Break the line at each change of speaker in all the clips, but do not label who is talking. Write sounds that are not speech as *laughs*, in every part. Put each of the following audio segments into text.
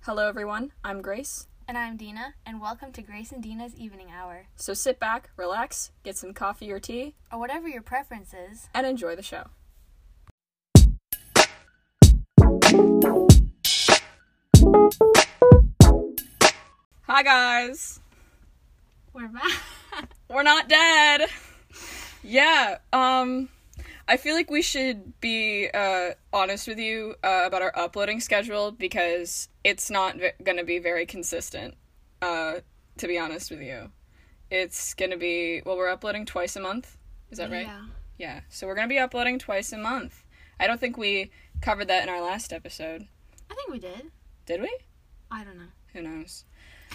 Hello, everyone. I'm Grace.
And I'm Dina, and welcome to Grace and Dina's Evening Hour,
So sit back, relax, get some coffee or tea,
or whatever your preference is.
and enjoy the show. Hi, guys.
We're back.
We're not dead. yeah. Um, I feel like we should be uh, honest with you uh, about our uploading schedule because it's not v- going to be very consistent. Uh, to be honest with you, it's going to be well, we're uploading twice a month. *laughs* Is that right?
Yeah.
Yeah. So we're going to be uploading twice a month. I don't think we covered that in our last episode,
I think we did.
did we?
I don't know.
Who knows?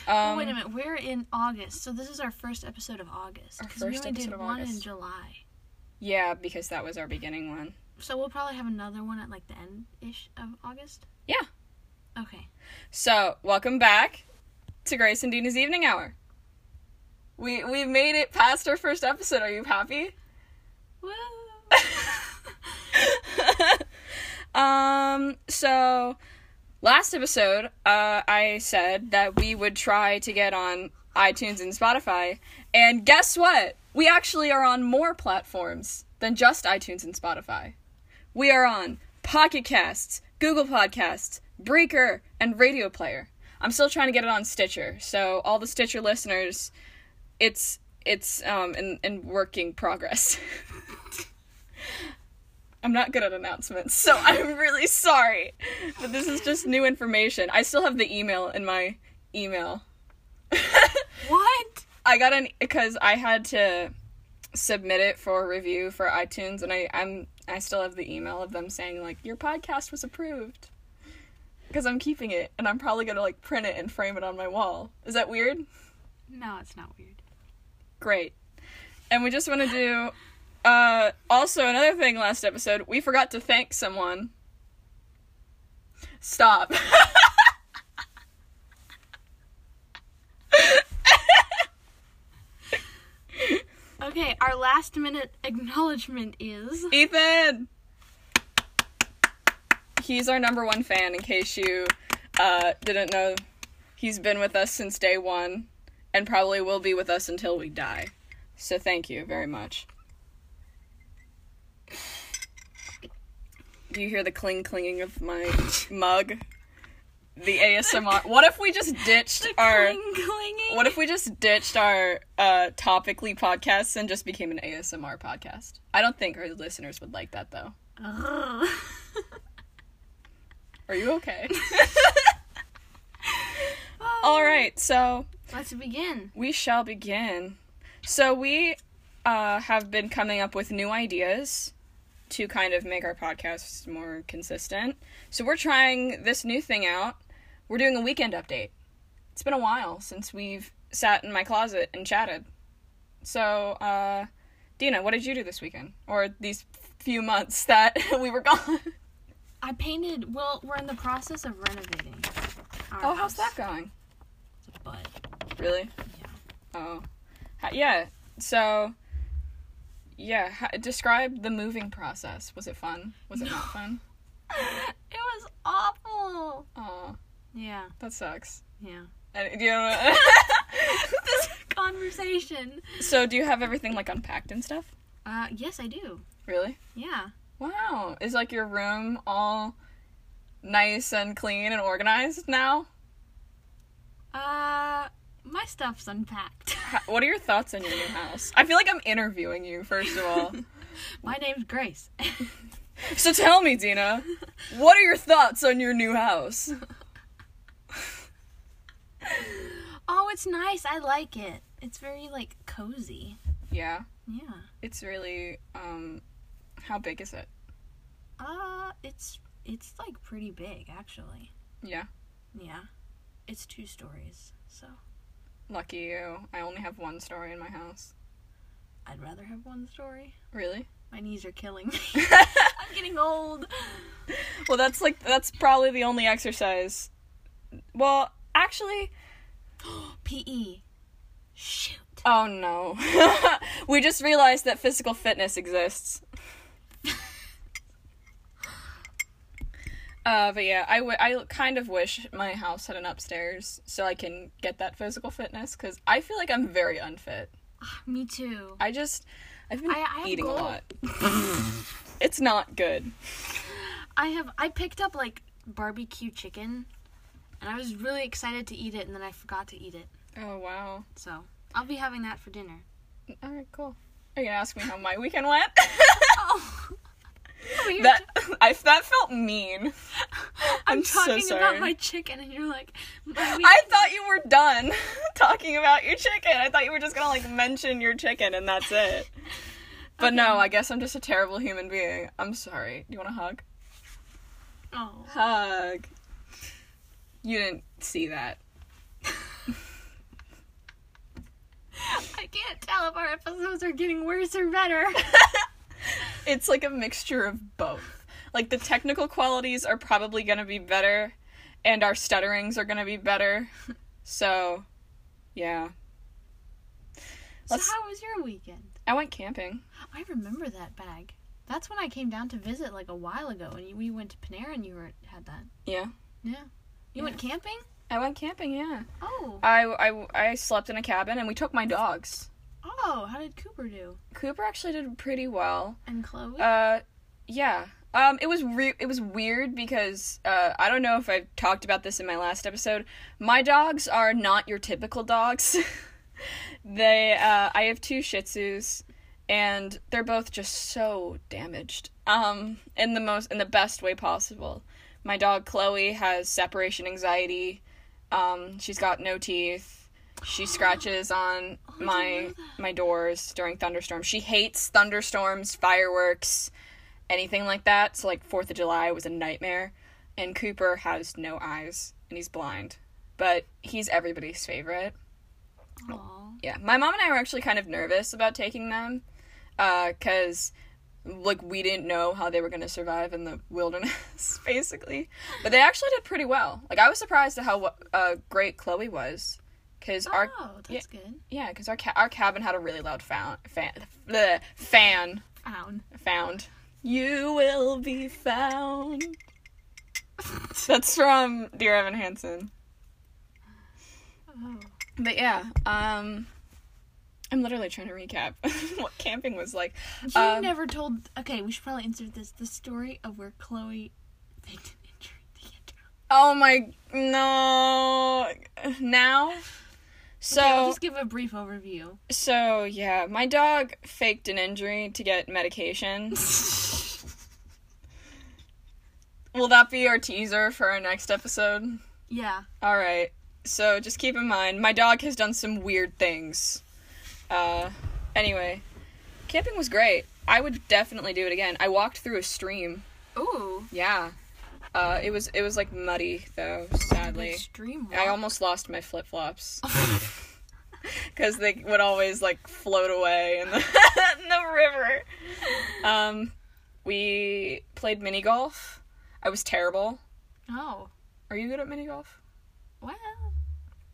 Oh
Um,
wait a minute. We're in August, so this is our first episode of August.
Our
'cause we
first
only did
episode of
one in
August.
July.
Yeah, because that was our beginning one.
So we'll probably have another one at like the end ish of August?
Yeah.
Okay.
So, welcome back to Grace and Dina's Evening Hour. We we made it past our first episode. Are you happy?
Woo!
um, so last episode, uh, I said that we would try to get on iTunes and Spotify, and guess what? We actually are on more platforms than just iTunes and Spotify. We are on Pocket Casts, Google Podcasts, Breaker, and Radio Player. I'm still trying to get it on Stitcher, so all the Stitcher listeners, it's it's um in, in working progress. *laughs* I'm not good at announcements, so *laughs* I'm really sorry. But this is just new information. I still have the email in my email.
*laughs*
*laughs*
what?
I got an because I had to submit it for review for iTunes, and I I'm I still have the email of them saying like your podcast was approved. Because I'm keeping it, and I'm probably gonna like print it and frame it on my wall. Is that weird?
No, it's not weird.
Great. And we just want to do. Uh, also, another thing last episode, we forgot to thank someone. Stop. *laughs*
Okay, our last minute acknowledgement is.
*laughs* Ethan! He's our number one fan, in case you uh, didn't know. He's been with us since day one and probably will be with us until we die. So thank you very much. Do you hear the cling clinging of my mug? The ASMR. What if we just ditched
*laughs*
our.
Cling, clinging.
What if we just ditched our uh, topically podcasts and just became an ASMR podcast? I don't think our listeners would like that though.
Ugh.
Are you okay? *laughs* All right, so
Let's begin.
we shall begin. So we uh, have been coming up with new ideas to kind of make our podcasts more consistent. So we're trying this new thing out. We're doing a weekend update. It's been a while since we've sat in my closet and chatted. So, uh, Dina, what did you do this weekend or these few months that *laughs* we were gone?
I painted. Well, we're in the process of renovating. Our
Oh, how's
house,
that going?
But
Really? Oh, Ha- yeah. So, yeah. Ha- describe the moving process. Was it fun? Was it not fun?
it was awful.
Oh,
Yeah,
that sucks.
yeah.
And, do you know-
this *laughs* conversation.
*laughs* so, do you have everything like unpacked and stuff?
Uh, yes, I do.
Really?
Yeah.
Wow. Is like your room all nice and clean and organized now?
Uh, my stuff's unpacked. *laughs*
Ha- What are your thoughts on your new house? I feel like I'm interviewing you first of
*laughs*
all.
my name's Grace. *laughs*
so tell me, Dina, what are your thoughts on your new house?
oh, it's nice. I like it. It's very like cozy.
Yeah.
Yeah.
It's really um how big is it?
Uh, it's it's like pretty big actually.
Yeah.
Yeah. It's two stories, so
Lucky you. I only have one story in my house.
I'd rather have one story.
Really?
My knees are killing me. *laughs* I'm getting old. *gasps*
well, that's like that's probably the only exercise. Well, actually,
PE. E. Shoot.
oh no. *laughs* we just realized that physical fitness exists. Uh, but yeah, I, w- I kind of wish my house had an upstairs so I can get that physical fitness because I feel like I'm very unfit.
Me too.
I just, I've been
I- I have
eating a *laughs*
gold.
lot. it's not good.
I have I picked up like barbecue chicken and I was really excited to eat it and then I forgot to eat it.
Oh, wow.
So I'll be having that for *laughs* dinner.
All right, cool. Are you gonna ask me how my weekend went? *laughs*
Oh, Weird.
that I that felt mean.
I'm,
I'm so
talking
sorry.
about my chicken and you're like my week-
I thought you were done *laughs* talking about your chicken. I thought you were just gonna like mention your chicken and that's it. But no, I guess I'm just a terrible human being. I'm sorry. You want a hug?
Oh.
Hug. You didn't see that.
I can't tell if our episodes are getting worse or *laughs* better.
It's like a mixture of both. Like the technical qualities are probably gonna be better, and our stutterings are gonna be better. So, yeah.
so
Let's-
how was your weekend?
I went camping.
Oh, I remember that bag. That's when I came down to visit like a while ago and you, we went to Panera and you were, had that.
Yeah.
Yeah. You went camping?
I went camping, yeah.
Oh.
I, I, I slept in a cabin and we took my dogs.
Oh, how did Cooper do?
Cooper actually did pretty well.
And Chloe?
Uh, yeah. Um, it was re- it was weird because uh, I don't know if I've talked about this in my last episode. My dogs are not your typical dogs. *laughs* they uh, I have two Shih Tzus, and they're both just so damaged. Um, in the most in the best way possible. My dog Chloe has separation anxiety. Um, she's got no teeth. She
*gasps*
scratches on
Oh, I didn't
my
know that.
my doors during thunderstorms. She hates thunderstorms, fireworks, anything like that. So like 4th of July was a nightmare and Cooper has no eyes and he's blind. But he's everybody's favorite.
Aw.
Yeah, my mom and I were actually kind of nervous about taking them, because like we didn't know how they were gonna survive in the wilderness, *laughs* basically. But they actually did pretty well. Like I was surprised at how wa- uh, great Chloe was, because our
Oh, that's good.
yeah, because our ca- our cabin had a really loud found fan bleh, fan
Found.
found. You will be found. *laughs* That's from Dear Evan Hansen.
Oh.
But yeah, um I'm literally trying to recap *laughs* what camping was like.
You
Um,
never told. Okay, we should probably insert this. The story of where Chloe faked an injury to get down.
Oh my no. Now? So
Okay, I'll just give a
*laughs*
brief overview.
so yeah, my dog faked an injury to get medication. Will that be our teaser for our next episode?
yeah.
All right. So just keep in mind, my dog has done some weird things. Uh, anyway, camping was great. I would definitely do it again. I walked through a stream.
Ooh.
Yeah. Uh, it was it was like muddy though, sadly.
Extreme.
I almost lost my flip flops because they would always like float away in the, *laughs* *laughs* in the river. Um, we played mini golf. I was terrible.
oh.
Are you good at mini golf?
Well,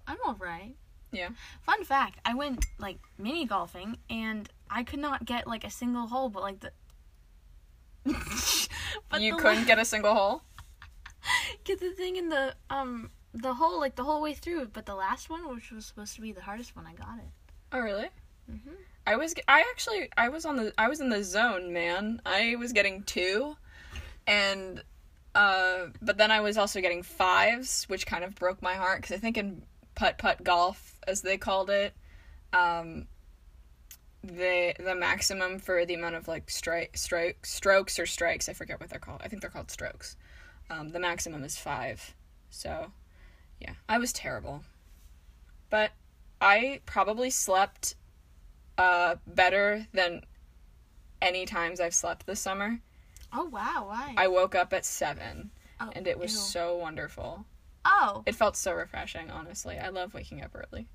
I'm alright.
Yeah.
Fun fact: I went like mini golfing, and I could not get like a single hole, but like the. *laughs* but
you
the
couldn't get a single hole.
get the thing in the um the whole like the whole way through, but the last one, which was supposed to be the hardest one, I got it.
Oh really? I was ge- I actually I was on the I was in the zone, man. I was getting two, and uh, but then I was also getting fives, which kind of broke my heart because I think in putt putt golf, as they called it, um, the the maximum for the amount of like strike stroke strokes or strikes I forget what they're called. I think they're called strokes. Um, the maximum is five. So, yeah, I was terrible, but I probably slept uh, better than any times I've slept this summer.
Oh wow! Why?
I woke up at seven,
oh,
and it was
ew.
so wonderful.
oh
It felt so refreshing, honestly. I love waking up early.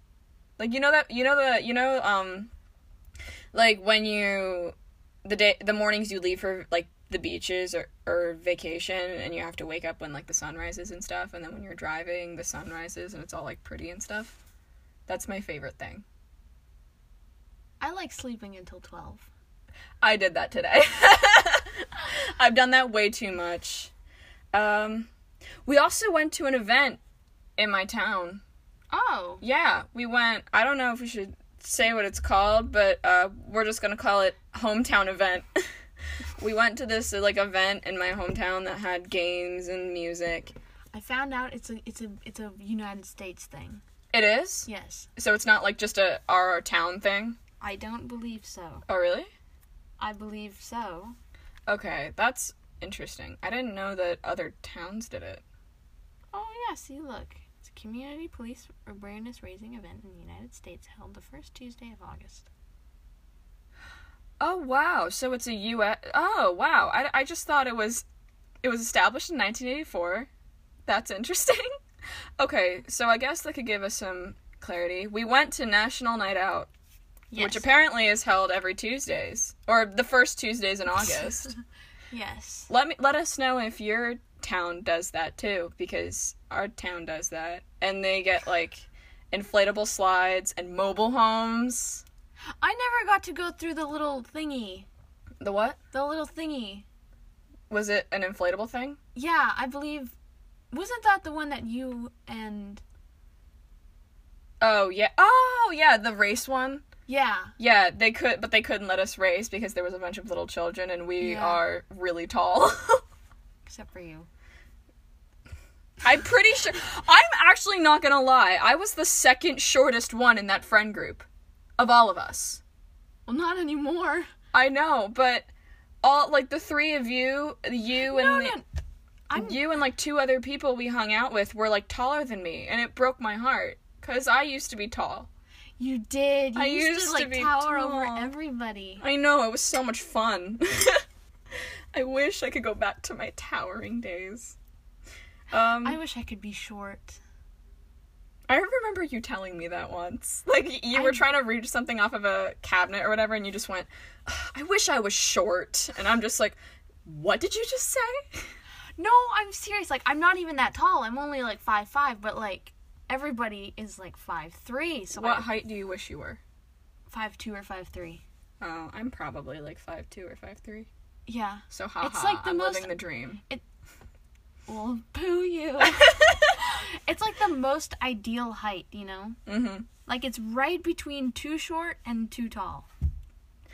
Like you know that you know the you know um, like when you the day the mornings you leave for like the beaches or or vacation and you have to wake up when like the sun rises and stuff and then when you're driving the sun rises and it's all like pretty and stuff. That's my favorite thing.
I like sleeping until twelve.
*laughs* I did that today. I've done that way too much. Um, We also went to an event in my town.
Oh.
Yeah, we went. I don't know if we should say what it's called, but uh, we're just gonna call it hometown event. *laughs* we went to this like event in my hometown that had games and music.
I found out it's a it's a it's a United States thing.
It is.
Yes.
So it's not like just a our town thing.
I don't believe so.
Oh really?
I believe so.
Okay, that's interesting. I didn't know that other towns did it.
Oh yeah, see look. It's a community police awareness raising event in the United States held the first Tuesday of August.
Oh wow! So it's a U.S. Oh wow! I, I just thought it was, it was established in 1984. That's interesting. *laughs* okay, so I guess that could give us some clarity. We went to National Night Out, which apparently is held every Tuesdays or the first Tuesdays *laughs* in August.
yes.
let me let us know if your town does that too, because our town does that, and they get like inflatable slides and mobile homes.
I never got to go through the little thingy.
The what?
The little thingy.
Was it an inflatable thing?
Yeah, I believe wasn't that the one that you and
Oh yeah. Oh yeah, the race one.
yeah.
Yeah, they could, but they couldn't let us race because there was a bunch of little children, and we
Yeah.
are really tall. *laughs*
Except for you.
I'm pretty sure. I'm actually not gonna lie. I was the second shortest one in that friend group, of all of us.
Well not anymore.
I know, but all like the three of you, you and
No,
the-
no. I'm
you and like two other people we hung out with were like taller than me, and it broke my heart because I used to be tall.
You did. You
I
used,
used to
to like
be
tower over
tall.
everybody.
I know, it was so much fun. *laughs* I wish I could go back to my towering days. Um,
I
I,
wish I could be short.
remember you telling me that once. *laughs* Like, you were
I-
trying to read something off of a cabinet or whatever, and you just went, I wish I was short. And I'm just like, what did you just say?
No, I'm serious. Like I'm not even that tall. I'm only like five five, but like everybody is like five three. So
What
like
height do you wish you were?
five two or five three.
Oh, I'm probably like five two or five three.
Yeah.
So haha,
It's like the
I'm
most-
living the dream.
Well, poo *laughs* you. it's like the most ideal height, you know.
Mm-hmm.
Like it's right between too short and too tall.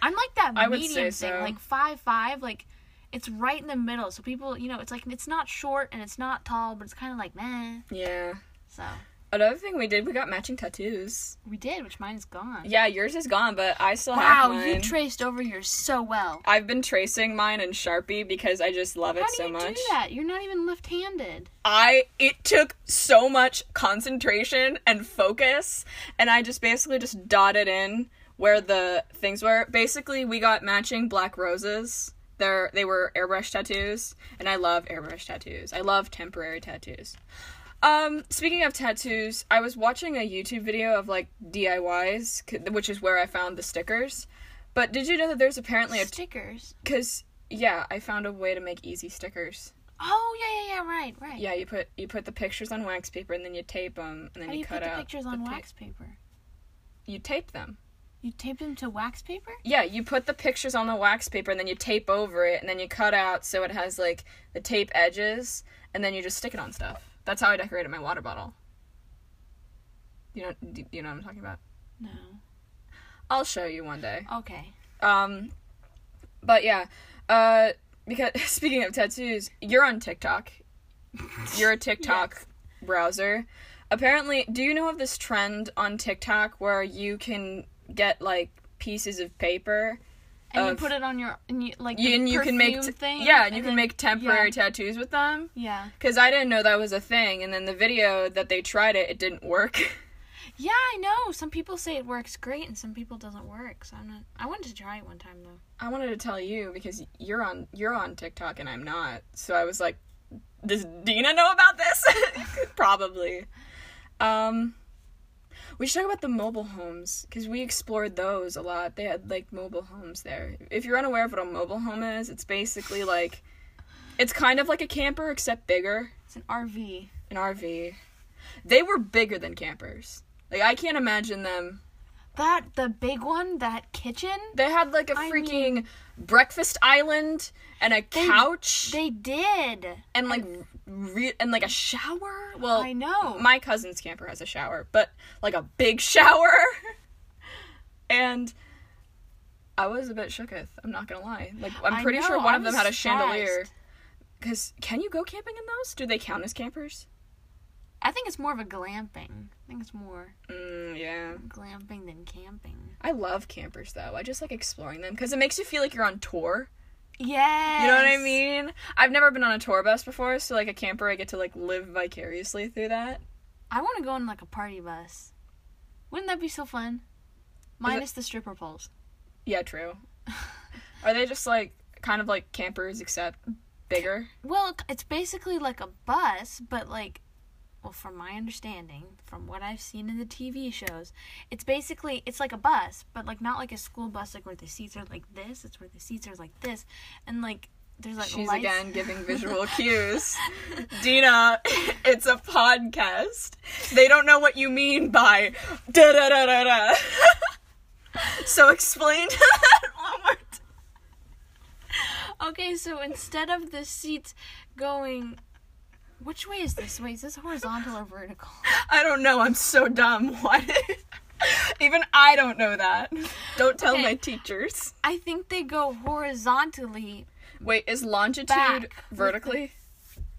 I'm like that
I would
medium
say
thing,
so.
like five five, like it's right in the middle. So people, you know, it's like it's not short and it's not tall, but it's kind of like meh.
Yeah.
So
Another thing we did, we got matching tattoos.
we did, which mine is gone.
Yeah, yours is gone, but I still have
Wow,
mine.
you traced over yours so well.
I've been tracing mine in Sharpie because I just love it
How do
so
you
much.
do that? You're not even left-handed.
I it took so much concentration and focus, and I just basically just dotted in where the things were. Basically, we got matching black roses. They're, they were airbrush tattoos, and I love airbrush tattoos. I love temporary tattoos. Um, speaking of tattoos, I was watching a YouTube video of like DIYs, c- which is where I found the stickers. But did you know that there's apparently a
Stickers.
because yeah, I found a way to make easy stickers.
Oh yeah, yeah, yeah. Right, right.
Yeah, you put you put the pictures on wax paper and then you tape them and then
How do
you,
you
cut
put the
out
pictures on
the ta-
wax paper?
you tape them.
You tape them to wax paper?
Yeah, you put the pictures on the wax paper and then you tape over it and then you cut out so it has like the tape edges and then you just stick it on stuff. That's how I decorated my water bottle. You know, do you know what I'm talking about?
No.
I'll show you one day.
Okay.
Um, but yeah, uh, because *laughs* speaking of tattoos, you're on TikTok.
*laughs*
You're a TikTok browser. Apparently, do you know of this trend on TikTok where you can get like pieces of paper
And you
Of-
put it on your and you like
Oh, you,
the
and you can make
perfume
t-
thing.
yeah, and you can
then-
make temporary
yeah.
tattoos with them.
yeah.
Cause I didn't know that was a thing, and then the video that they tried it, it didn't work. *laughs*
Yeah, I know. Some people say it works great, and some people doesn't work. So I'm not. I wanted to try it one time though.
I wanted to tell you because you're on you're on TikTok and I'm not. So I was like, does Dina know about this? *laughs* Probably. Um we should talk about the mobile homes because we explored those a lot. They had like mobile homes there. If you're unaware of what a mobile home is, it's basically like it's kind of like a camper except bigger,
It's an RV.
an RV. They were bigger than campers. Like I can't imagine them
that the big one, that kitchen.
They had like a
I
freaking breakfast island and a couch
They did.
and like re- and like a shower. Well,
I know.
my cousin's camper has a shower, but like a big *laughs* shower. and I was a bit shooketh. I'm not gonna lie. Like I'm
I
pretty sure
know,
one
I
of them had a
was
chandelier.
surprised.
Cause can you go camping in those? Do they count as campers?
I think it's more of a glamping. I think it's more
Mm, yeah.
glamping than camping.
I love campers though. I just like exploring them because it makes you feel like you're on tour.
Yeah.
You know what I mean? I've never been on a tour bus before, so like a camper, I get to like live vicariously through that.
I want to go on like a party bus. Wouldn't that be so fun? Minus the stripper poles.
Yeah, true. Are they just like kind of like campers except bigger?
Well, c- it's basically like a bus, but like, well, from my understanding, from what I've seen in the TV shows, it's basically it's like a bus, but like not like a school bus, like where the seats are like this. It's where the seats are like this, and like there's like
She's
lights.
again giving visual cues. Dina, it's a podcast. They don't know what you mean by da da da da da. So explain *laughs* to that one more time.
*laughs* Okay, so instead of the seats going, which way is this way? Is this horizontal or vertical?
I don't know. I'm so dumb. What? Even I don't know that. Don't tell
Okay.
my teachers.
I think they go horizontally.
Wait, is longitude
Back.
vertically?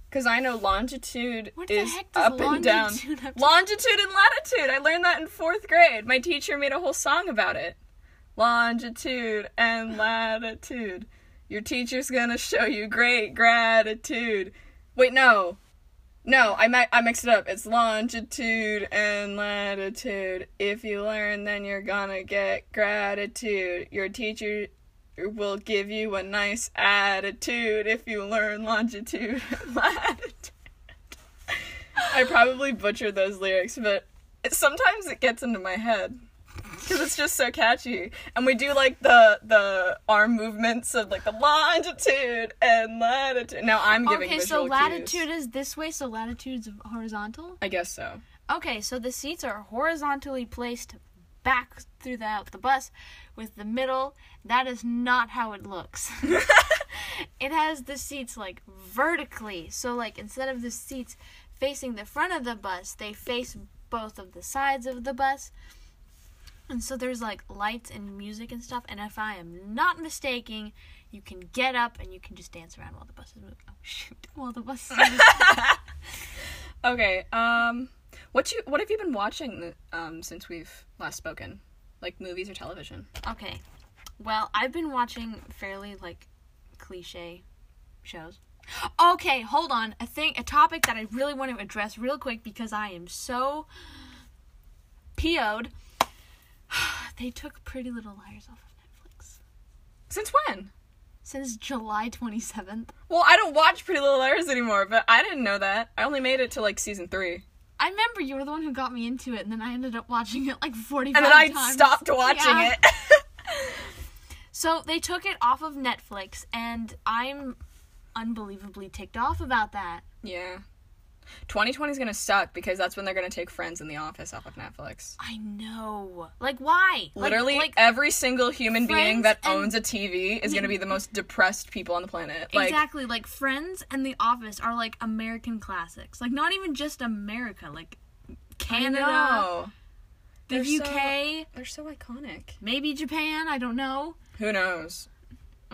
Because I know longitude
What the
is
heck does
up and down.
longitude have to-
Longitude and latitude. I learned that in fourth grade. My teacher made a whole song about it. Longitude and latitude. Your teacher's gonna show you great gratitude. Wait, no. No, I, mi- I mixed it up. It's longitude and latitude. If you learn, then you're gonna get gratitude. Your teacher will give you a nice attitude if you learn longitude *laughs* and latitude. I probably butchered those lyrics, but it, sometimes it gets into my head because it's just so catchy. And we do like the the arm movements of like the longitude and latitude. Now I'm giving
Okay,
visual
so
cues.
latitude is this way, so latitude's horizontal.
I guess so.
Okay, so the seats are horizontally placed back throughout the bus with the middle. That is not how it looks. it has the seats like vertically. So like instead of the seats facing the front of the bus, they face both of the sides of the bus. And so there's like lights and music and stuff. And if I am not mistaken, you can get up and you can just dance around while the bus is moving. Oh shoot! While the bus is moving.
Okay. Um, what you what have you been watching um since we've last spoken? Like movies or television?
Okay. Well, I've been watching fairly like cliche shows. Okay, hold on. A thing a topic that I really want to address real quick because I am so PO'd. *sighs* they took Pretty Little Liars off of Netflix.
Since when?
Since July twenty seventh.
Well, I don't watch Pretty Little Liars anymore, but I didn't know that. I only made it to like season three,
I remember you were the one who got me into it and then I ended up watching it like forty five
and then
times.
I stopped watching
Yeah.
it. *laughs*
So they took it off of Netflix and I'm unbelievably ticked off about that.
yeah. 2020 is gonna suck because that's when they're gonna take Friends in the Office off of Netflix.
I know. Like why? Like-
Literally,
like,
every single human being
Friends
that
and-
owns a TV is gonna be the most depressed people on the planet. Like,
exactly. Like Friends and The Office are like American classics. Like not even just America. Like Canada,
no,
the
They're so-
UK,
they're so iconic.
maybe Japan. I don't know.
Who knows?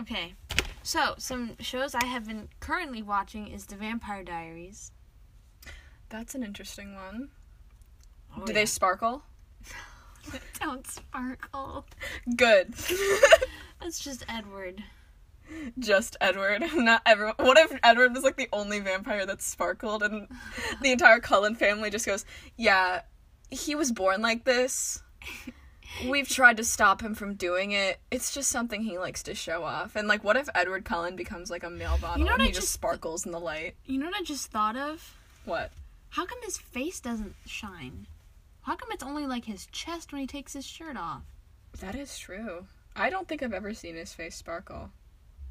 Okay. So some shows I have been currently watching is The Vampire Diaries.
That's an interesting one.
Oh,
Do they sparkle?
yeah. don't sparkle?
Good. *laughs*
That's just Edward.
Just Edward. *laughs* Not everyone. What if Edward was like the only vampire that sparkled
*sighs*
and the entire Cullen family just goes, yeah, he was born like this. We've tried to stop him from doing it. It's just something he likes to show off. And like, what if Edward Cullen becomes like a male bottle
know what
and he
I
just,
just-
sparkles in the light?
You know what I just thought of?
What?
How come his face doesn't shine? How come it's only like his chest when he takes his shirt off?
That is true. I don't think I've ever seen his face sparkle.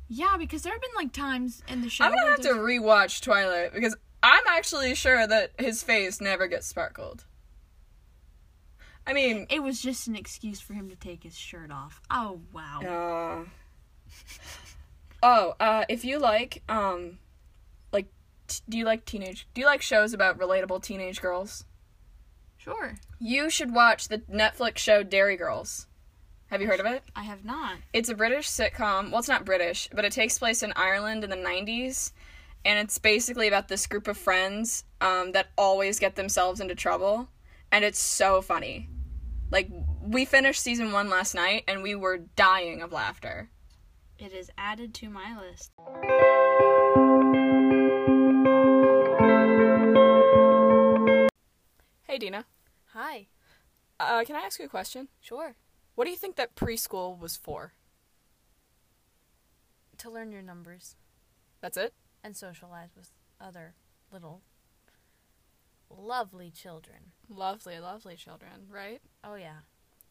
Yeah, because there have been like times in the show.
I'm gonna
where
have to
there's-
rewatch Twilight because I'm actually sure that his face never gets sparkled. I mean,
It was just an excuse for him to take his shirt off. Oh wow.
uh, oh, uh, if you like, um, like, t- do you like teenage? Do you like shows about relatable teenage girls?
Sure.
You should watch the Netflix show Dairy Girls. Have you heard of it?
I have not.
It's a British sitcom. Well, it's not British, but it takes place in Ireland in the 90s. And it's basically about this group of friends um, that always get themselves into trouble. And it's so funny. Like, we finished season one last night and we were dying of laughter.
It is added to my list.
Hey, Dina.
Hi.
Uh, can I ask you a question?
Sure.
What do you think that preschool was for?
To learn your numbers
That's it?
and socialize with other little lovely children.
Lovely, lovely children, right?
Oh yeah.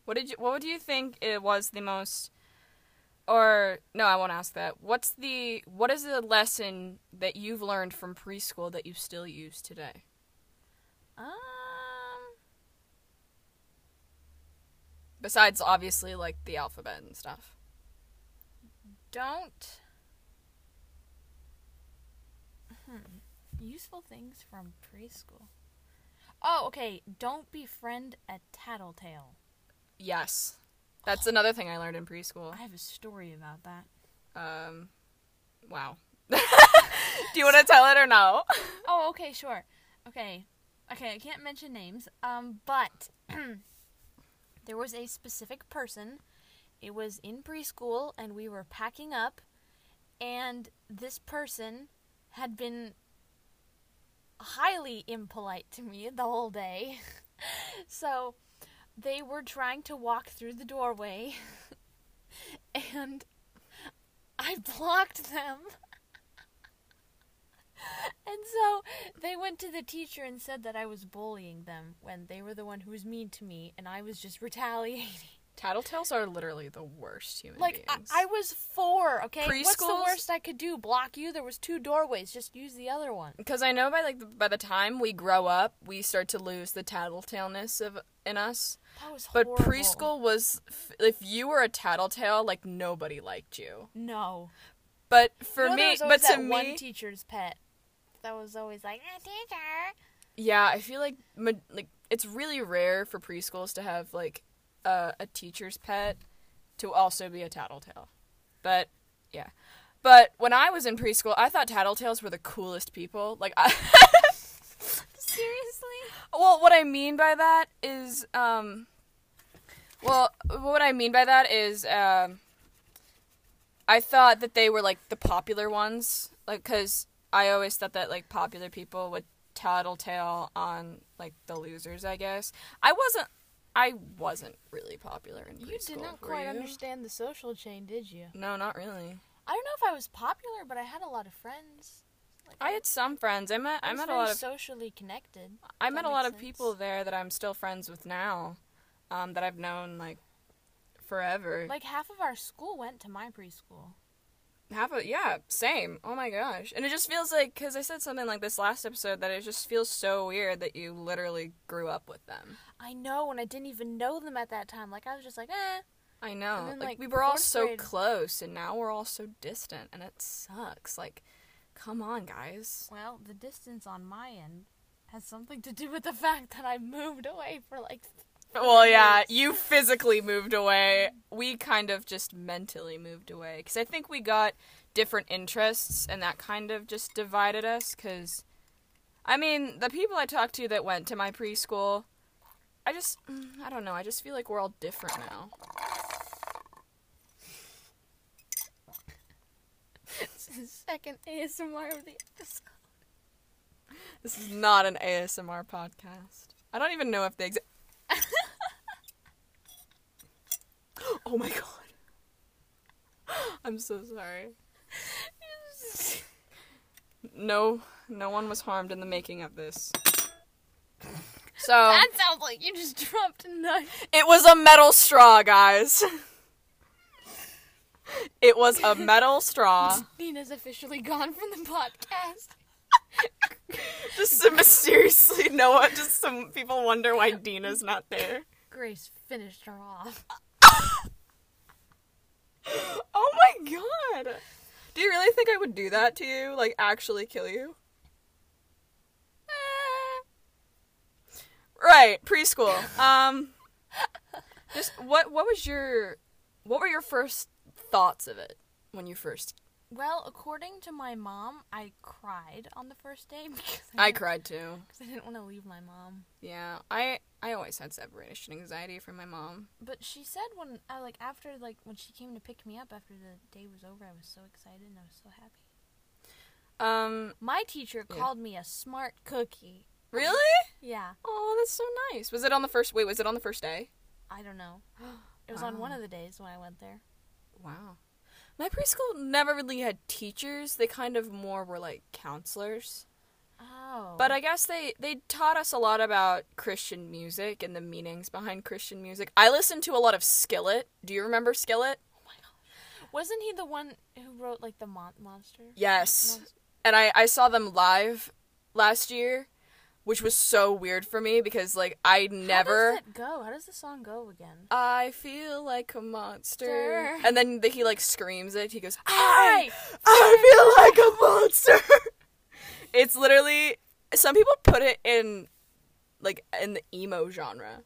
What did you? What do you think it was the most? Or no, I won't ask that. What's the? What is the lesson that you've learned from preschool that you still use today?
Um
Besides, obviously, like the alphabet and stuff.
don't hmm. useful things from preschool. Oh, okay. Don't befriend a tattletale.
Yes, that's another thing I learned in preschool.
I have a story about that.
Um, wow. *laughs* do you want to tell it or no?
Oh, okay, sure. Okay. Okay, I can't mention names. Um, but *clears throat* there was a specific person. It was in preschool and we were packing up and this person had been highly impolite to me the whole day. *laughs* so they were trying to walk through the doorway *laughs* and I blocked them. And so they went to the teacher and said that I was bullying them when they were the one who was mean to me and I was just *laughs* retaliating.
Tattletales are literally the worst human
Like I,
beings.
I was four, okay? What's the
Preschools?
worst I could do? Block you? There was two doorways. Just use the other one.
because I know by like the, by the time we grow up, we start to lose the tattletale-ness of in us.
That was
But
horrible.
preschool was f- if you were a tattletale, like nobody liked you.
No.
But for
You know, there
me,
was
but
always
to
that
me,
one teacher's pet that was always like, "Ah, teacher.
yeah, I feel like ma- like it's really rare for preschools to have like a a teacher's pet to also be a tattletale. But yeah, but when I was in preschool, I thought tattletales were the coolest people. Like I. *laughs*
Seriously?
Well, what I mean by that is, um, well, what I mean by that is, um, I thought that they were like the popular ones, like because I always thought that like popular people would tattletale on like the losers. I guess I wasn't. I wasn't really popular in preschool.
You did not
were
quite
you?
understand the social chain, did you?
No, not really.
I don't know if I was popular, but I had a lot of friends. Like,
I had some friends. I met. I,
was
met a
very
lot of.
socially connected.
I
that
met a
makes
lot of
sense.
people there that I'm still friends with now, um, that I've known like forever.
Like half of our school went to my preschool.
Have a yeah, same. Oh my gosh, and it just feels like because I said something like this last episode that it just feels so weird that you literally grew up with them.
I know, and I didn't even know them at that time. Like I was just like, eh.
I know,
And then,
like,
like,
we were all
fourth
so
grade-
close, and now we're all so distant, and it sucks. Like, come on, guys.
Well, the distance on my end has something to do with the fact that I moved away for like. *laughs*
Well, yeah, you physically moved away. We kind of just mentally moved away because I think we got different interests, and that kind of just divided us. Because, I mean, the people I talked to that went to my preschool, I just, mm, I don't know. I just feel like we're all different now.
Second ASMR of the episode.
This is not an ASMR podcast. I don't even know if they *laughs* exist. oh my god. I'm so sorry. No, no one was harmed in the making of this. So, Oh.
That sounds like you just dropped a knife.
it was a metal straw, guys. It was a metal *laughs* straw.
Nina's officially gone from the podcast.
Just some, seriously, no one. Just some people wonder why Dina's not there.
Grace finished her off.
*laughs* Oh my god. Do you really think I would do that to you? Like actually kill you? Eh. Right, preschool. *laughs* Um just what what was your what were your first thoughts of it when you first
Well, according to my mom, I cried on the first day *laughs* because
I
didn't-
cried too.
because I didn't want to leave my mom.
Yeah. I I always had separation anxiety from my mom.
But she said when I like after like when she came to pick me up after the day was over, I was so excited and I was so happy.
Um
My teacher
Yeah.
called me a smart cookie.
really?
Yeah,
Oh, that's so nice. Was it on the first wait, was it on the first day?
I
*gasps*
don't know. It was on one of the days when I went there.
Wow. My preschool never really had teachers. They kind of more were like counselors.
Oh.
But I guess they they taught us a lot about Christian music and the meanings behind Christian music. I listened to a lot of Skillet. Do you remember Skillet?
wasn't he the one who wrote like the mon- monster?
Yes.
Monst-
And I I saw them live last year, which was so weird for me because like I never
How does it go? How does the song go again?
I feel like a monster.
Stir.
And then the, he like screams it. He goes, I,
I-
I feel like a monster. *laughs* it's literally some people put it in like in the emo genre.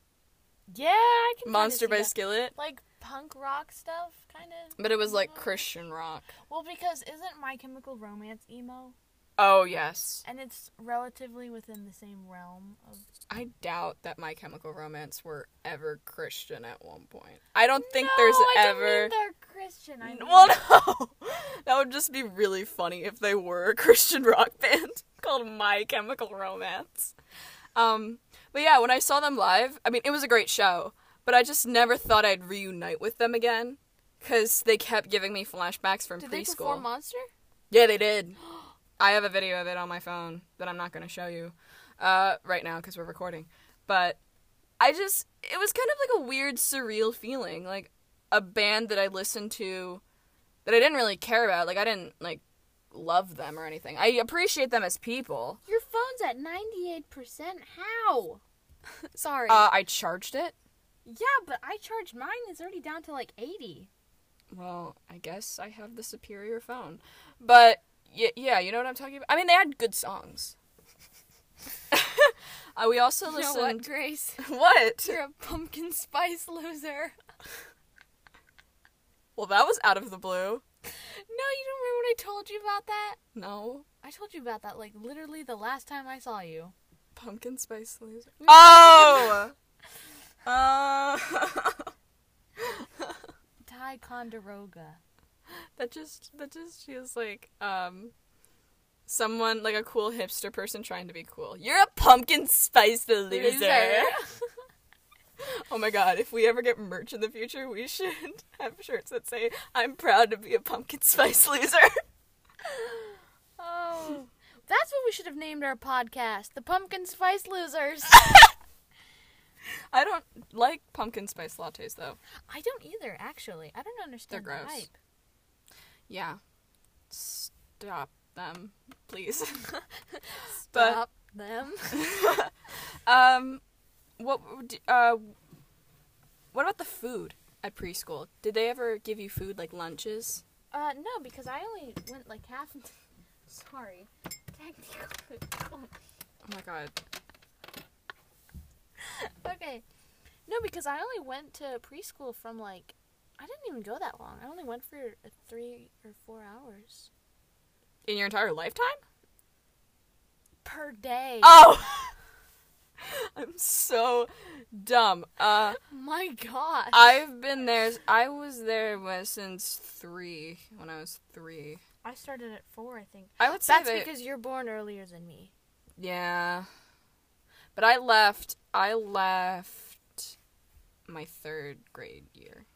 Yeah, I can. kinda
Monster Mm.
see
by
that.
Skillet.
Like punk rock stuff, kind of.
But it was like Christian rock.
Well, because isn't My Chemical Romance emo?
Oh yes.
And it's relatively within the same realm of.
I doubt that My Chemical Romance were ever Christian at one point. I don't think
no,
there's
I
ever
Didn't mean they're Christian. I mean,
*laughs* Well, no. That would just be really funny if they were a *laughs* Christian rock band *laughs* called My Chemical Romance. Um, but yeah, when I saw them live, I mean, it was a great show, but I just never thought I'd reunite with them again because they kept giving me flashbacks from
did
preschool.
they perform Monster?
yeah, they did. I have a video of it on my phone that I'm not going to show you uh, right now because we're recording. But I just, it was kind of like a weird, surreal feeling. Like a band that I listened to that I didn't really care about. Like I didn't like love them or anything. I appreciate them as people.
Your phone's at 98%. *laughs* How?
Sorry.
Uh, I charged it.
Yeah, but I charged mine. It's already down to like 80.
Well, I guess I have the superior phone. But y- yeah, you know what I'm talking about. I mean, they had good songs. *laughs* uh, we also
You know what,
listened. *laughs*
Grace? *laughs*
what?
You're a pumpkin spice loser.
Well, that was out of the
No, you
blue.
don't remember when I told you about that?
No.
I told you about that like literally the last time I saw you.
Pumpkin spice *laughs* laser. Oh! *laughs* uh, *laughs*
Ticonderoga.
that just that just feels like um someone like a cool hipster person trying to be cool. You're a pumpkin spice loser. *laughs*
Loser.
oh my god, if we ever get merch in the future, we should *laughs* have shirts that say I'm proud to be a pumpkin *laughs* spice loser.
Oh. That's what we should have named our podcast, The Pumpkin Spice Losers.
I don't like pumpkin spice lattes though.
I don't either, actually. I don't understand
They're
the
gross.
hype.
Yeah. Stop them,
*laughs*
please. But-
Stop them. *laughs*
Um, what would- uh, what about the food at preschool? Did they ever give you food like lunches?
Uh, no, because I only went like half. *laughs* Sorry. *laughs* Technical.
Oh my god.
okay. No, because I only went to preschool from like. I didn't even go that long. I only went for uh, three or four hours
In your entire lifetime?
per day.
Oh. *laughs* I'm so dumb. Uh,
my god.
I've been there. I was there when- since three. When I was three,
I started at four, I think.
I would say
That's
that-
because you're born earlier than me.
Yeah. But I left. I left my third grade year.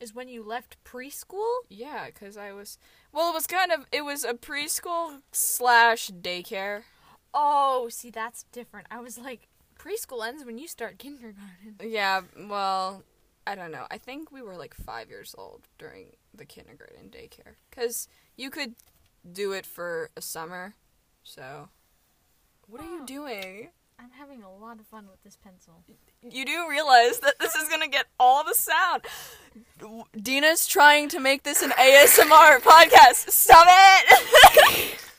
Is when you left preschool?
Yeah, because I was. Well, it was kind of. It was a preschool slash daycare.
Oh, see, that's different. I was like, preschool ends when you start kindergarten.
Yeah, well, I don't know. I think we were like five years old during the kindergarten daycare. Because you could do it for a summer. So. What are you doing?
I'm having a lot of fun with this pencil.
You do realize that this is gonna get all the sound. Dina's trying to make this an ASMR podcast. Stop it! *laughs*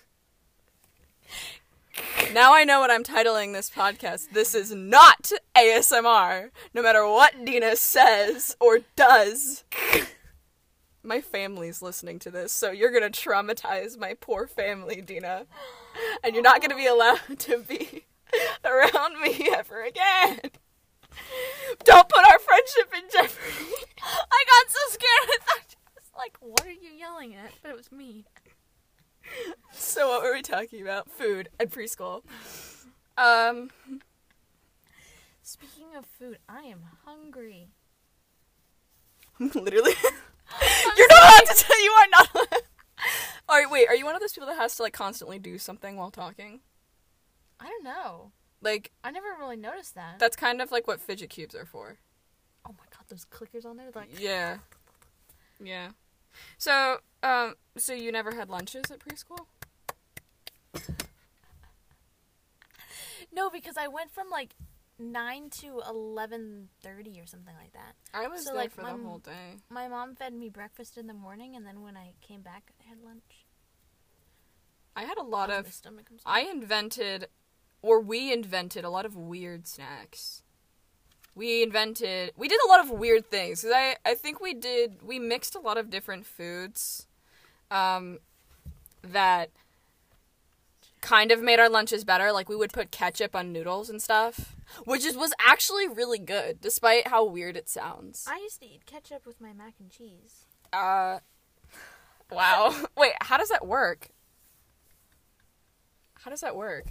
now I know what I'm titling this podcast. This is not ASMR, no matter what Dina says or does. My family's listening to this, so you're gonna traumatize my poor family, Dina. And you're not gonna be allowed to be *laughs* around me ever again. Don't put our friendship in jeopardy. *laughs*
I got so scared. I thought
It's like, what are you yelling at? But it was me.
So what were we talking about? Food and preschool. Um, *laughs*
Speaking of food, I am hungry.
*laughs* literally, you're not allowed to tell. You are not. allowed- All right, wait. Are you one of those people that has to like constantly do something while talking?
I don't know.
Like
I never really noticed that.
that's kind of like what fidget cubes are for.
Oh my god, those clickers on there, like
Yeah. Yeah. So, um, so you never had lunches at preschool?
No, because I went from like nine to eleven thirty or something like that.
I was
So,
there
like,
for
my-
the whole day.
My mom fed me breakfast in the morning, and then when I came back, I had lunch.
I had a lot
Cause
of
my stomach was-
I invented, or we invented, a lot of weird snacks. We invented, we did a lot of weird things. 'cause I, I think we did, we mixed a lot of different foods um, that kind of made our lunches better. Like we would put ketchup on noodles and stuff, which is, was actually really good, despite how weird it sounds.
I used to eat ketchup with my mac and cheese.
Uh, wow. *laughs* Wait, how does that work? How does that work?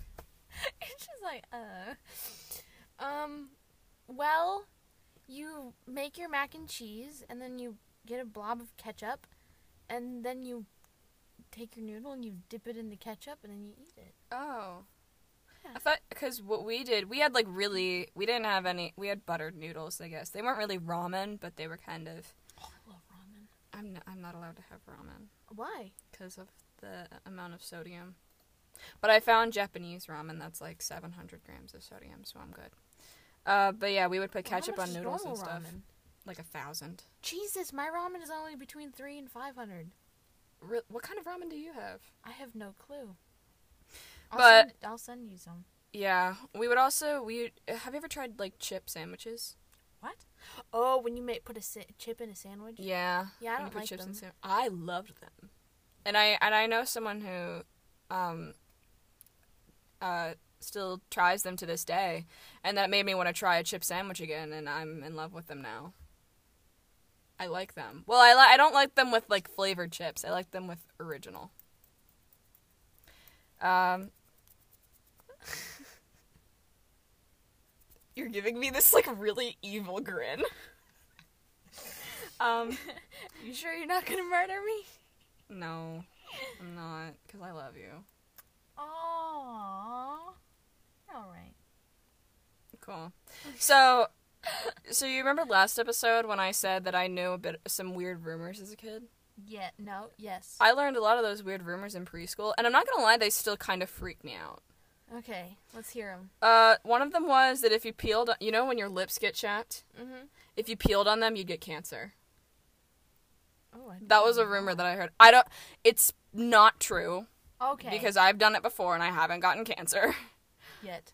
It's just like, uh. Um, well, you make your mac and cheese, and then you get a blob of ketchup, and then you take your noodle and you dip it in the ketchup, and then you eat it.
Oh. I thought because what we did, we had like really, we didn't have any. We had buttered noodles, I guess. They weren't really ramen, but they were kind of.
I love ramen.
I'm n- I'm not allowed to have ramen
Why?
because of the amount of sodium. But I found Japanese ramen that's like 700 grams of sodium, so I'm good. Uh, but yeah, we would put
Well, how
ketchup
much
on
is
noodles and
normal
stuff.
ramen?
Like a thousand.
Jesus, my ramen is only between three and five hundred.
Re- what kind of ramen do you have?
I have no clue. I'll
But-
send, I'll send you some.
Yeah, we would also we have you ever tried like chip sandwiches?
What? Oh, when you make put a sa- chip in a sandwich.
Yeah.
Yeah, I
You
don't
put
like
chips in
them.
sam- I loved them. And I and I know someone who um uh still tries them to this day and that made me want to try a chip sandwich again and I'm in love with them now. I like them. Well, I li- I don't like them with like flavored chips. I like them with original. Um *laughs* You're giving me this like really evil grin. *laughs* um
You sure you're not gonna murder me?
no, I'm not, because I love you.
Oh. All right.
Cool.
*laughs*
So, so you remember last episode when I said that I knew a bit some weird rumors as a kid?
Yeah.
No. Yes.
I learned a lot of those weird rumors in preschool, and I'm not gonna lie, they still kind of freak me out.
Okay. Let's hear them.
Uh, one of them was that if you peeled, you know, when your lips get chapped,
Mhm.
if you peeled on them, you'd get cancer.
Oh, I
That was a rumor that I heard. I don't. It's not true
Okay.
because I've done it before and I haven't gotten cancer.
yet.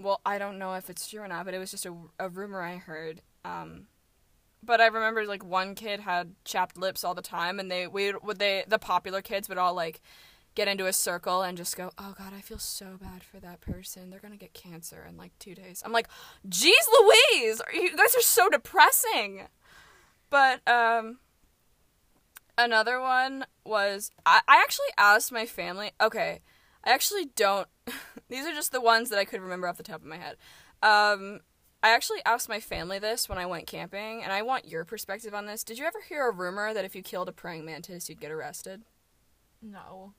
well, I don't know if it's true or not, but it was just a, a rumor I heard. Um, but I remember like one kid had chapped lips all the time, and they we would they the popular kids would all like get into a circle and just go, "Oh God, I feel so bad for that person. They're gonna get cancer in like two days." I'm like, "Jeez, Louise, are you you guys are so depressing." But um, another one was I, I actually asked my family. Okay, I actually don't. *laughs* these are just the ones that I could remember off the top of my head. Um, I actually asked my family this when I went camping, and I want your perspective on this. Did you ever hear a rumor that if you killed a praying mantis, you'd get arrested?
No.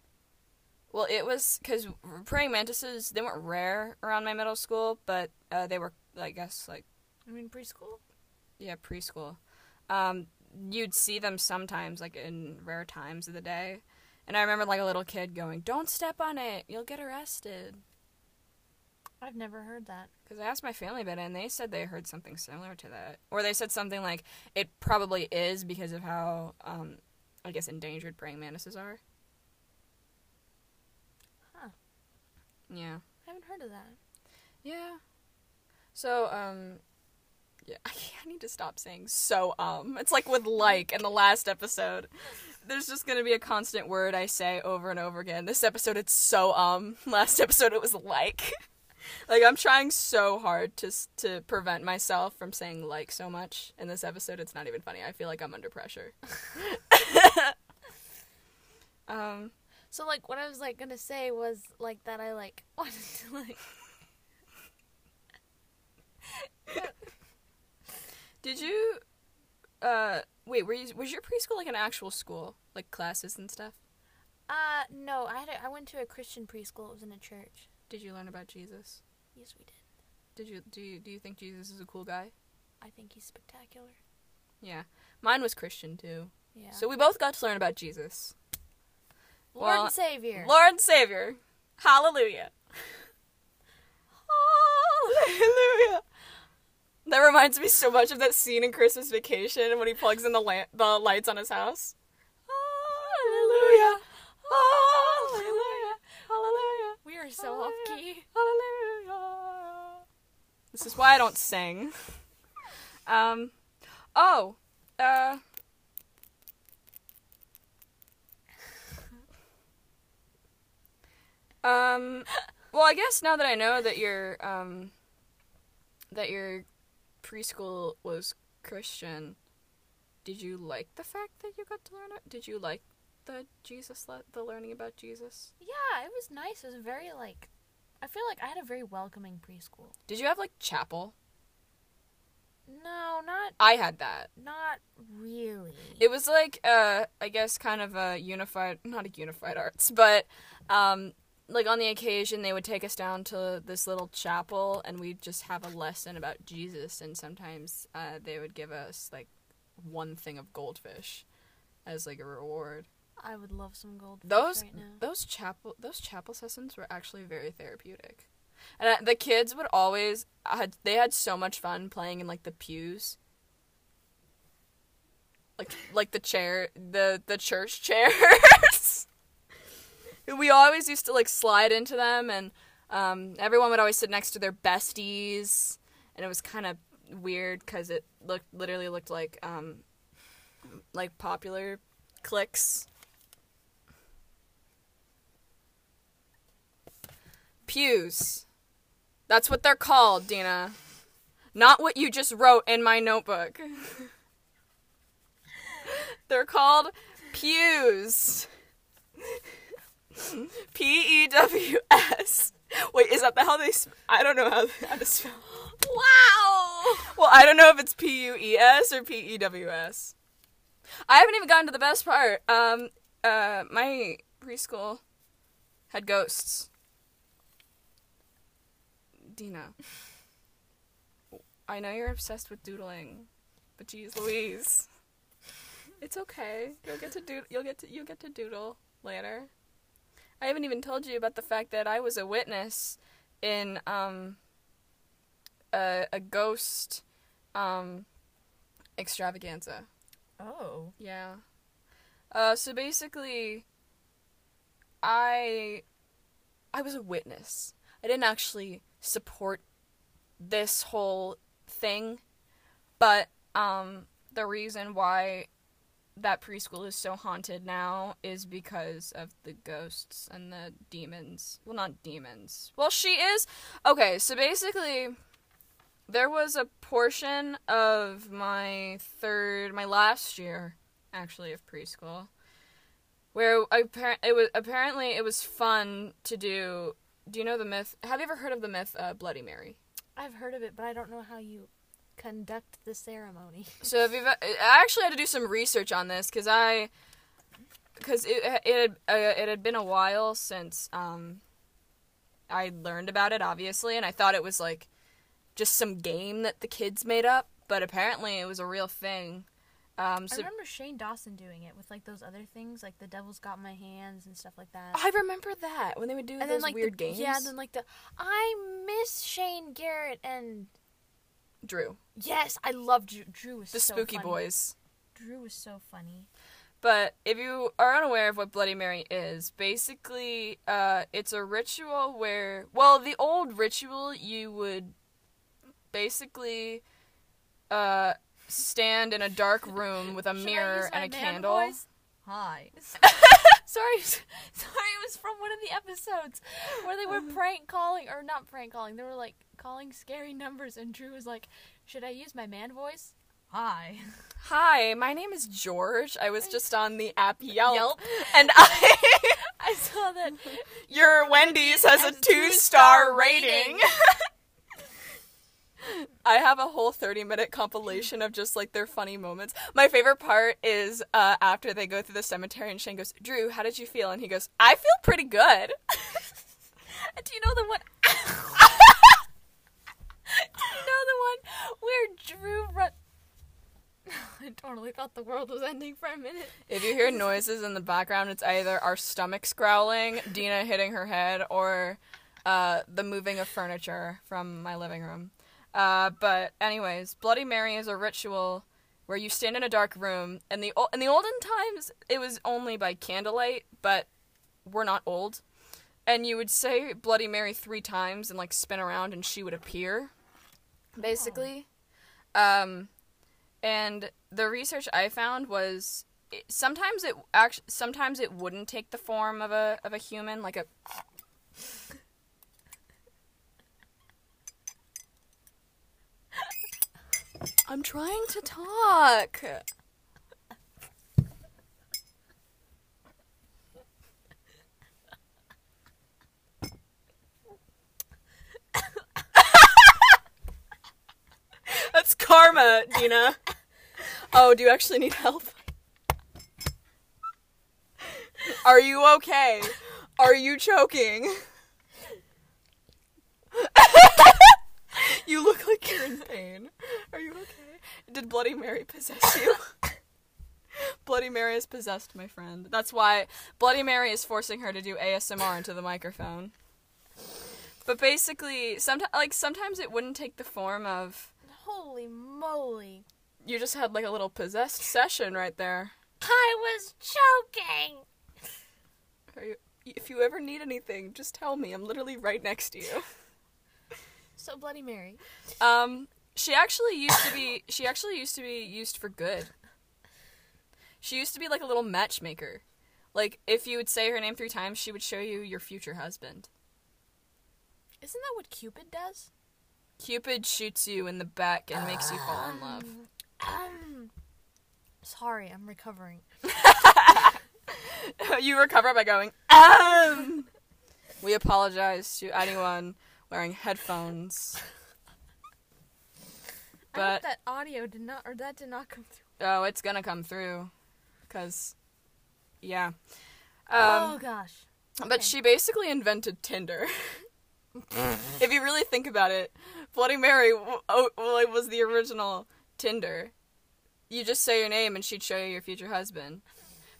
Well, it was because praying mantises they weren't rare around my middle school, but uh, they were, I guess, like
I mean preschool.
yeah, preschool. Um, you'd see them sometimes, like in rare times of the day. And I remember like a little kid going, "Don't step on it, you'll get arrested."
I've never heard that.
Because I asked my family about it, and they said they heard something similar to that, or they said something like, "It probably is because of how, um, I guess, endangered praying mantises are."
Huh.
Yeah.
I haven't heard of that.
Yeah. So, um, yeah, *laughs* I can't- I need to stop saying so, um. It's like with like in the last episode. There's just gonna be a constant word I say over and over again. This episode, it's so, um. *laughs* Last episode, it was like. *laughs* like, I'm trying so hard to, s- to prevent myself from saying like so much. In this episode, it's not even funny. I feel like I'm under pressure. *laughs* um,
So like what I was like gonna say was like that I like *laughs* wanted to like
did you, uh, wait, were you, was your preschool like an actual school? Like classes and stuff?
uh no I had a, I went to a Christian preschool it was in a church
Did you learn about Jesus?
yes we did
Did you do you, do you think Jesus is a cool guy?
I think he's spectacular
Yeah. Mine was Christian too.
yeah
So we both got to learn about Jesus.
Lord
well,
and Savior
Lord and Savior. Hallelujah. Hallelujah. That reminds me so much of that scene in Christmas Vacation when he plugs in the la- the lights on his house. Hallelujah. Hallelujah. Hallelujah.
we are so off key
Hallelujah. This is why I don't sing. *laughs* Um, oh, uh. Um, well, I guess now that I know that your um, that your preschool was Christian, did you like the fact that you got to learn? it? Did you like the Jesus, le- the learning about Jesus?
yeah it was nice it was very like I feel like I had a very welcoming preschool
Did you have like chapel?
no not
I had that.
not really
It was like uh I guess kind of a unified not a unified arts, but um like on the occasion they would take us down to this little chapel and we'd just have a lesson about Jesus and sometimes uh they would give us like one thing of goldfish as like a reward.
I would love some gold
Those
right now
those chapel those chapel sessions were actually very therapeutic. And I, the kids would always I had they had so much fun playing in like the pews. Like like the chair the the church *laughs* chairs. we always used to like slide into them and um, everyone would always sit next to their besties and it was kind of weird cuz it looked literally looked like um like popular clicks pews. That's what they're called, Dina. Not what you just wrote in my notebook. *laughs* they're called pews. *laughs* P E W S. Wait, is that the- how they? Sp- I don't know how, how to spell. Wow. Well, I don't know if it's P U E S or P E W S. I haven't even gotten to the best part. Um, uh, my preschool had ghosts. Dina. I know you're obsessed with doodling, but geez, Louise. It's okay. You'll get to do. You'll get to. You get to doodle later. I haven't even told you about the fact that I was a witness in um. A, a ghost, um, extravaganza.
oh
Yeah. Uh, so basically, I I was a witness. I didn't actually support this whole thing, but um, the reason why that preschool is so haunted now is because of the ghosts and the demons. Well, not demons. Well, she is. Okay, so basically there was a portion of my third my last year actually of preschool where appar- it was apparently it was fun to do do you know the myth have you ever heard of the myth uh, bloody mary
I've heard of it but I don't know how you conduct
*laughs*
the ceremony
so if you've i actually had to do some research on this because i because it, it, had, uh, it had been a while since um, i learned about it obviously and i thought it was like just some game that the kids made up but apparently it was a real thing Um, so
I remember Shane Dawson doing it with like those other things, like the Devil's Got My Hands and stuff like that.
I remember that when they would do
and
Ah, those
then like
weird
the,
games.
Yeah, and then like the I miss Shane Garrett and
Drew,
yes, I love Drew. Drew was
the
so
Spooky
funny.
Boys.
Drew was so funny.
But if you are unaware of what Bloody Mary is, basically, uh, it's a ritual where, well, the old ritual, you would basically uh, stand in a
*laughs*
dark room with a
Should I
mirror
use my
and a
man
candle.
voice? Hi. sorry, *laughs* sorry, it was from one of the episodes where they were prank calling, or not prank calling. They were like calling scary numbers, and Drew was like, "Should I use my man voice?" Hi.
Hi, my name is George. I was just on the
*laughs*
app Yelp, and *laughs* I,
*laughs* I saw that.
your Wendy's has a
Has a
two-star
two-star
rating. *laughs* I have a whole 30-minute compilation of just like their funny moments. My favorite part is uh, after they go through the cemetery, and Shane goes, "Drew, how did you feel?" And he goes, "I feel pretty good." *laughs*
Do you know the one? *laughs* Do you know the one where Drew run? *laughs* I totally thought the world was ending for a minute.
If you hear noises in the background, it's either our stomachs growling, Dina hitting her head, or uh, the moving of furniture from my living room. Uh, but anyways, Bloody Mary is a ritual where you stand in a dark room. And the ol- in the olden times, it was only by candlelight, but we're not old. And you would say Bloody Mary three times and like spin around, and she would appear, basically. Um, and the research I found was it, sometimes it actually sometimes it wouldn't take the form of a of a human like a I'm trying to talk. That's karma, Dina. Oh, do you actually need help? Are you okay? Are you choking? you look like you're in pain. Are you okay? Did Bloody Mary possess you? Bloody Mary is possessed, my friend. That's why Bloody Mary is forcing her to do ASMR into the microphone. But basically, sometimes like sometimes it wouldn't take the form of
Holy moly!
you just had like a little possessed session right there.
I was choking.
Are you, if you ever need anything, just tell me. I'm literally right next to you.
So Bloody Mary.
Um, she actually used to be. She actually used to be used for good. She used to be like a little matchmaker. Like if you would say her name three times, she would show you your future husband.
Isn't that what Cupid does?
Cupid shoots you in the back and makes you fall in love. *laughs*
Sorry, I'm recovering.
you recover by going um. We apologize to anyone wearing headphones.
I
But
hope that audio did not, or that did not come through.
Oh, it's gonna come through, cause, yeah. Um,
oh gosh.
But she basically invented Tinder. *laughs* if you really think about it, Bloody Mary w- o- w- was the original Tinder. You just say your name and she'd show you your future husband.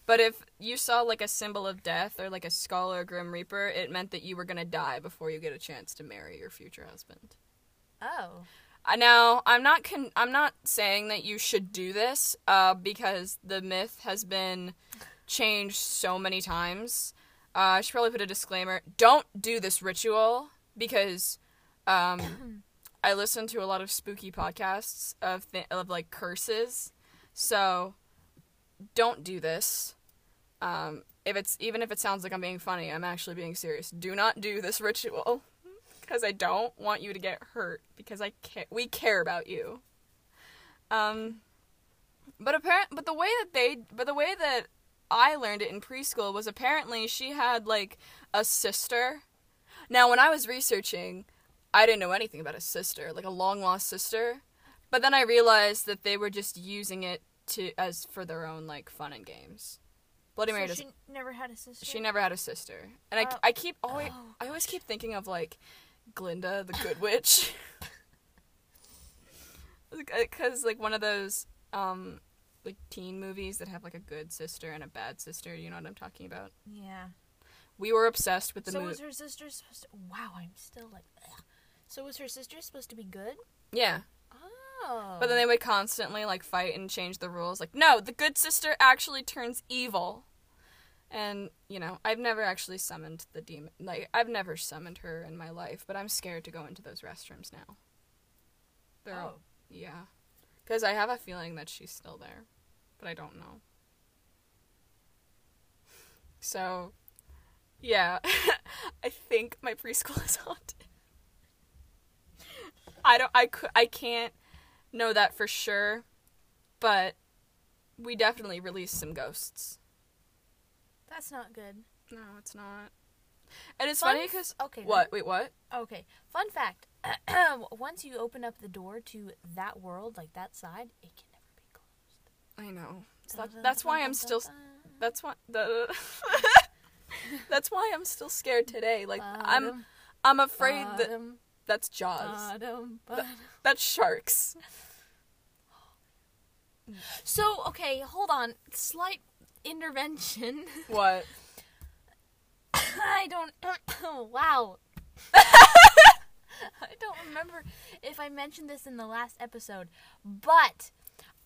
But if you saw like a symbol of death or like a skull or a grim reaper, it meant that you were gonna die before you get a chance to marry your future husband.
Oh.
Uh, Now, I'm not con- I'm not saying that you should do this uh, because the myth has been changed so many times. Uh, I should probably put a disclaimer: don't do this ritual because um, *clears throat* I listen to a lot of spooky podcasts of th- of like curses, so don't do this. Um, if it's even if it sounds like I'm being funny, I'm actually being serious. Do not do this ritual because I don't want you to get hurt because I care. We care about you. Um, but apparent, but the way that they, but the way that I learned it in preschool was apparently she had like a sister. Now, when I was researching, I didn't know anything about a sister, like a long lost sister. But then I realized that they were just using it to as for their own like fun and games. Bloody Mary
so
doesn't
she never had a sister.
she never had a sister, and I,
Oh.
I keep always I always keep thinking of like Glinda the Good *laughs* uh, Witch, because like one of those um like teen movies that have like a good sister and a bad sister. You know what I'm talking about?
Yeah.
We were obsessed with the
so
movie.
was her sister supposed to? Wow, I'm still like. Ugh. So was her sister supposed to be good?
yeah.
Oh.
But then they would constantly like fight and change the rules. Like, no, the good sister actually turns evil. And, you know, I've never actually summoned the demon. Like, I've never summoned her in my life, but I'm scared to go into those restrooms now. They're all.
Oh.
Yeah. Because I have a feeling that she's still there, but I don't know. So, yeah. *laughs* I think my preschool *laughs* is haunted. I don't. I, cou- I can't know that for sure, but we definitely released some ghosts.
that's not good.
No, it's not. And it's
Fun
funny
f-
'cause funny because
okay,
what? Wait, what?
Okay. Fun fact: *clears throat* once you open up the door to that world, like that side, it can never be closed.
I know. So that- that's why I'm still. That's why. *laughs* The, that's why I'm still scared today. Like I'm. I'm afraid that
Bottom,
that's Jaws.
bottom,
Th-
bottom.
that's sharks.
So okay, hold on. Slight intervention. *laughs*
What?
I don't. *coughs* wow. *laughs* I don't remember if I mentioned this in the last episode, but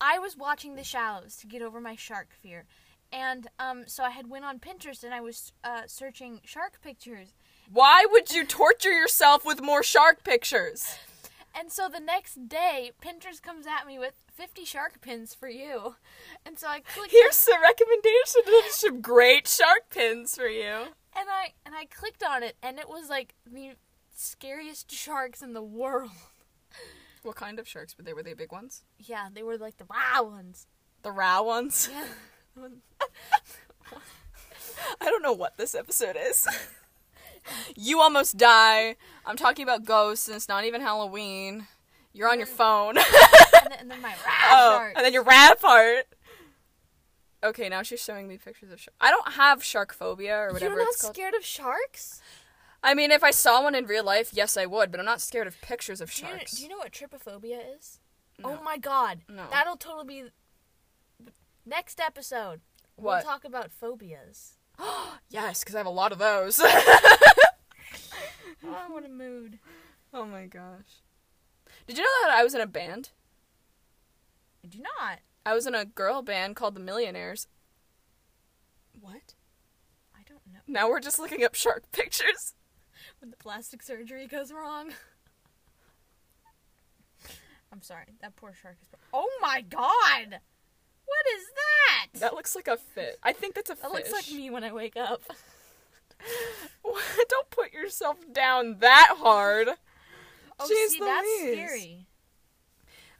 I was watching The Shallows to get over my shark fear, and um, so I had went on Pinterest and I was uh, searching shark pictures,
Why would you torture yourself with more shark pictures?
and so the next day Pinterest comes at me with fifty shark pins for you, and so I clicked.
Here's some recommendation of some great shark pins for you.
and I and I clicked on it, and it was like the scariest sharks in the world. *laughs*
What kind of sharks were they? Were they big ones?
Yeah, they were like the
*laughs*
wow ones.
The raw ones?
Yeah.
*laughs* I don't know what this episode is. *laughs* you almost die. I'm talking about ghosts, and it's not even Halloween. You're on your phone.
and, then, and then my rap
*laughs* oh,
shark.
and then your rat part. Okay, now she's showing me pictures of shark. I don't have shark phobia or whatever
You're not
it's called.
scared of sharks?
I mean, if I saw one in real life, yes, I would, but I'm not scared of pictures of
Do you,
sharks.
do you know what trypophobia is? Oh my god.
No.
That'll totally be next episode. We'll
What?
talk
*laughs*
about phobias.
yes, because I have a lot of those. *laughs*
Oh, what a mood.
oh my gosh. Did you know that I was in a band?
I do not.
I was in a girl band called the Millionaires. What?
I don't know.
Now we're just looking up shark *laughs* pictures.
When the plastic surgery goes wrong. I'm sorry. That poor shark is Oh my god. What is that?
That looks like a fit. I think that's a
That looks like me when I wake up.
*laughs* Don't put yourself down that hard.
Oh,
Jeez
see, that's
Louise.
scary.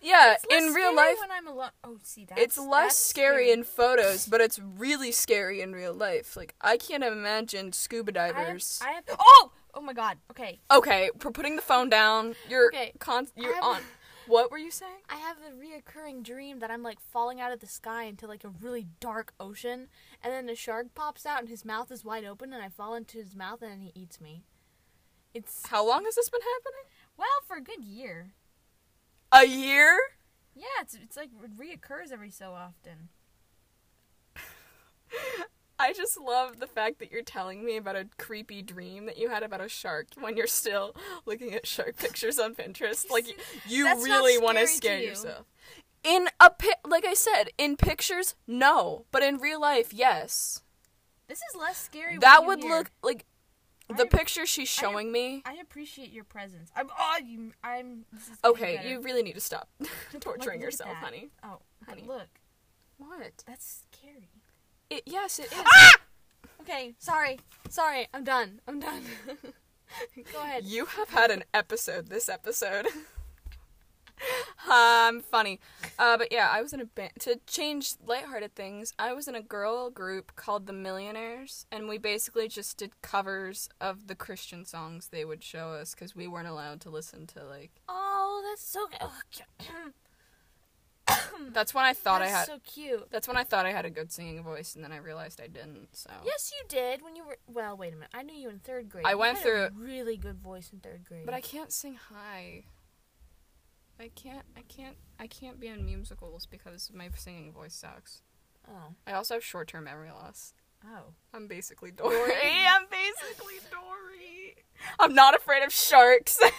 Yeah,
It's less
in real
scary
life,
when I'm alone. Oh, see, that's
it's less
that's
scary in photos, but it's really scary in real life. Like I can't imagine scuba divers.
I have, I have- oh, oh my god. Okay,
Okay, we're putting the phone down. You're
Okay,
con- you're
I'm-
on. *laughs* What were you saying?
I have a reoccurring dream that I'm like falling out of the sky into like a really dark ocean, and then a shark pops out and his mouth is wide open, and I fall into his mouth and he eats me. It's
How long has this been happening?
well for a good year.
A year?
Yeah, it's it's like it reoccurs every so often.
I just love the fact that you're telling me about a creepy dream that you had about a shark when you're still looking at shark pictures on Pinterest. Like you
That's not
really want to
scary to
scare
you.
yourself. In a pi- like I said, in pictures, no, but in real life, yes.
This is less scary.
that
when
would
you hear.
look like the picture she's showing me.
I appreciate your presence. I'm. Oh, you. I'm. This is getting
Okay,
better.
you really need to stop
Like,
*laughs* torturing
look at
yourself,
that.
honey.
Oh, but
Honey.
look,
What?
that's scary.
It, yes, it is.
Ah! Okay, sorry. Sorry, I'm done. I'm done. *laughs* Go ahead.
You have had an episode this episode. *laughs* um, funny. Uh, but yeah, I was in a band. To change lighthearted things, I was in a girl group called The Millionaires, and we basically just did covers of the Christian songs they would show us because we weren't allowed to listen to, like.
Oh, that's so good. *clears throat*
That's when I thought
Hmm. that's
I had.
so cute.
that's when I thought I had a good singing voice, and then I realized I didn't, so.
Yes, you did when you were. Well, wait a minute. I knew you in third grade.
I
You
went
had
through
a
it.
really good voice in third grade.
But I can't sing high. I can't. I can't. I can't be in musicals because my singing voice sucks.
Oh.
I also have short-term memory loss.
Oh.
*laughs* I'm basically Dory. *laughs* I'm basically Dory. I'm not afraid of sharks. *laughs*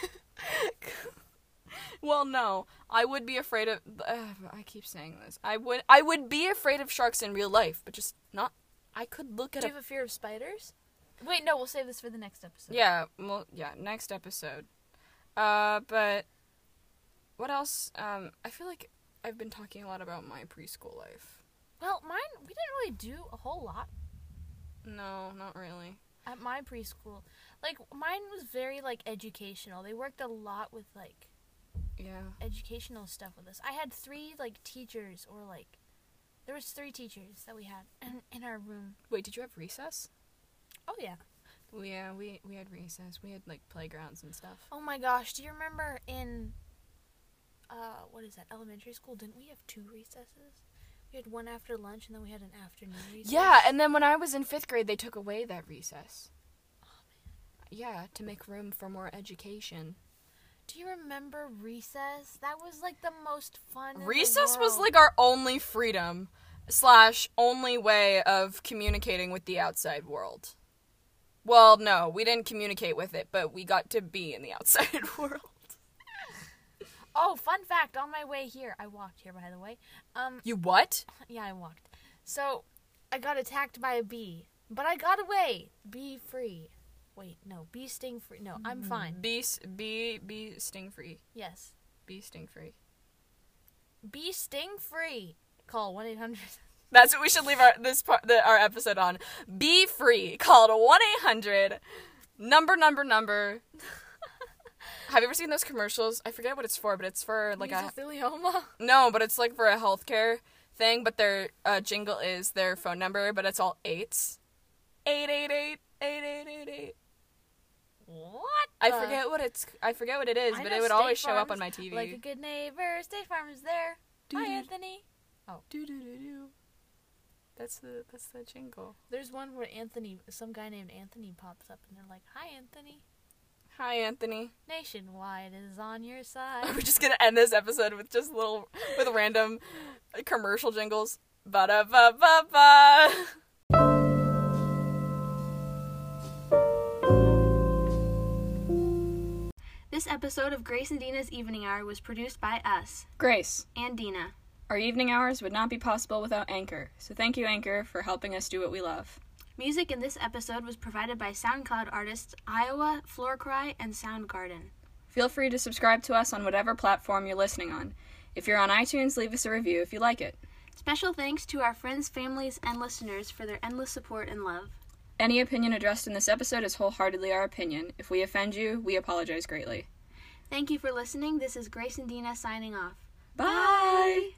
well, no, I would be afraid of. Uh, I keep saying this. I would. I would be afraid of sharks in real life, but just not. I could look at
Do
a
you have a fear of spiders? Wait, no, we'll save this for the next episode.
Yeah, well, yeah, next episode. Uh, but what else? Um, I feel like I've been talking a lot about my preschool life.
Well, mine, we didn't really do a whole lot
No, not really.
at my preschool. Like, mine was very, like, educational. They worked a lot with, like,
Yeah.
educational stuff with us. I had three, like, teachers or, like, there was three teachers that we had in, in our room.
Wait, did you have recess?
Oh, yeah.
Yeah, we we had recess. We had like playgrounds and stuff.
Oh, my gosh. Do you remember in, uh, what is that, elementary school? Didn't we have two recesses? We had one after lunch, and then we had an afternoon recess.
Yeah, and then when I was in fifth grade, they took away that recess. Oh, Yeah, to make room for more education.
Do you remember recess? That was like the most fun. in the
Recess was
world.
like our only freedom slash only way of communicating with the outside world. Well, no, we didn't communicate with it, but we got to be in the *laughs* outside world.
Oh, fun fact! On my way here, I walked here, by the way. Um,
You what?
yeah, I walked. So, I got attacked by a bee, but I got away. Bee free. Wait, no, bee sting free. No, I'm
Mm-hmm.
fine.
Be s- be be sting free.
Yes,
Be sting free.
bee sting free. Call one eight hundred.
That's what we should leave our this part the, our episode on. Be free. Called one eight hundred number number number. *laughs* Have you ever seen those commercials? I forget what it's for, but it's for *laughs* like a
Mesothelioma.
No, but it's like for a healthcare thing, but their uh, jingle is their phone number, but it's all eights. 888 8888.
What?
I
the-
forget what it's I forget what it is,
Uh, I
but
know
it would
State
always show up
Farm's
on my TV.
Like a good neighbor, State Farm is there. Hi,
Doo-doo.
Anthony.
do do do do. That's the that's the jingle.
There's one where Anthony, some guy named Anthony, pops up, and they're like, "Hi, Anthony.
Hi Anthony.
Nationwide is on
*laughs*
your
We're
side."
just gonna end this episode with just little with random uh, commercial jingles. Ba da ba ba ba.
*laughs* This episode of Grace and Dina's Evening Hour was produced by us
Grace,
and Dina.
our evening hours would not be possible without Anchor, so thank you, Anchor, for helping us do what we love.
Music in this episode was provided by SoundCloud artists Iowa, Floorcry, and Soundgarden.
Feel free to subscribe to us on whatever platform you're listening on. If you're on iTunes, leave us a review if you like it.
Special thanks to our friends, families, and listeners for their endless support and love.
Any opinion addressed in this episode is wholeheartedly our opinion. If we offend you, we apologize greatly.
Thank you for listening. This is Grace and Dina signing off.
Bye!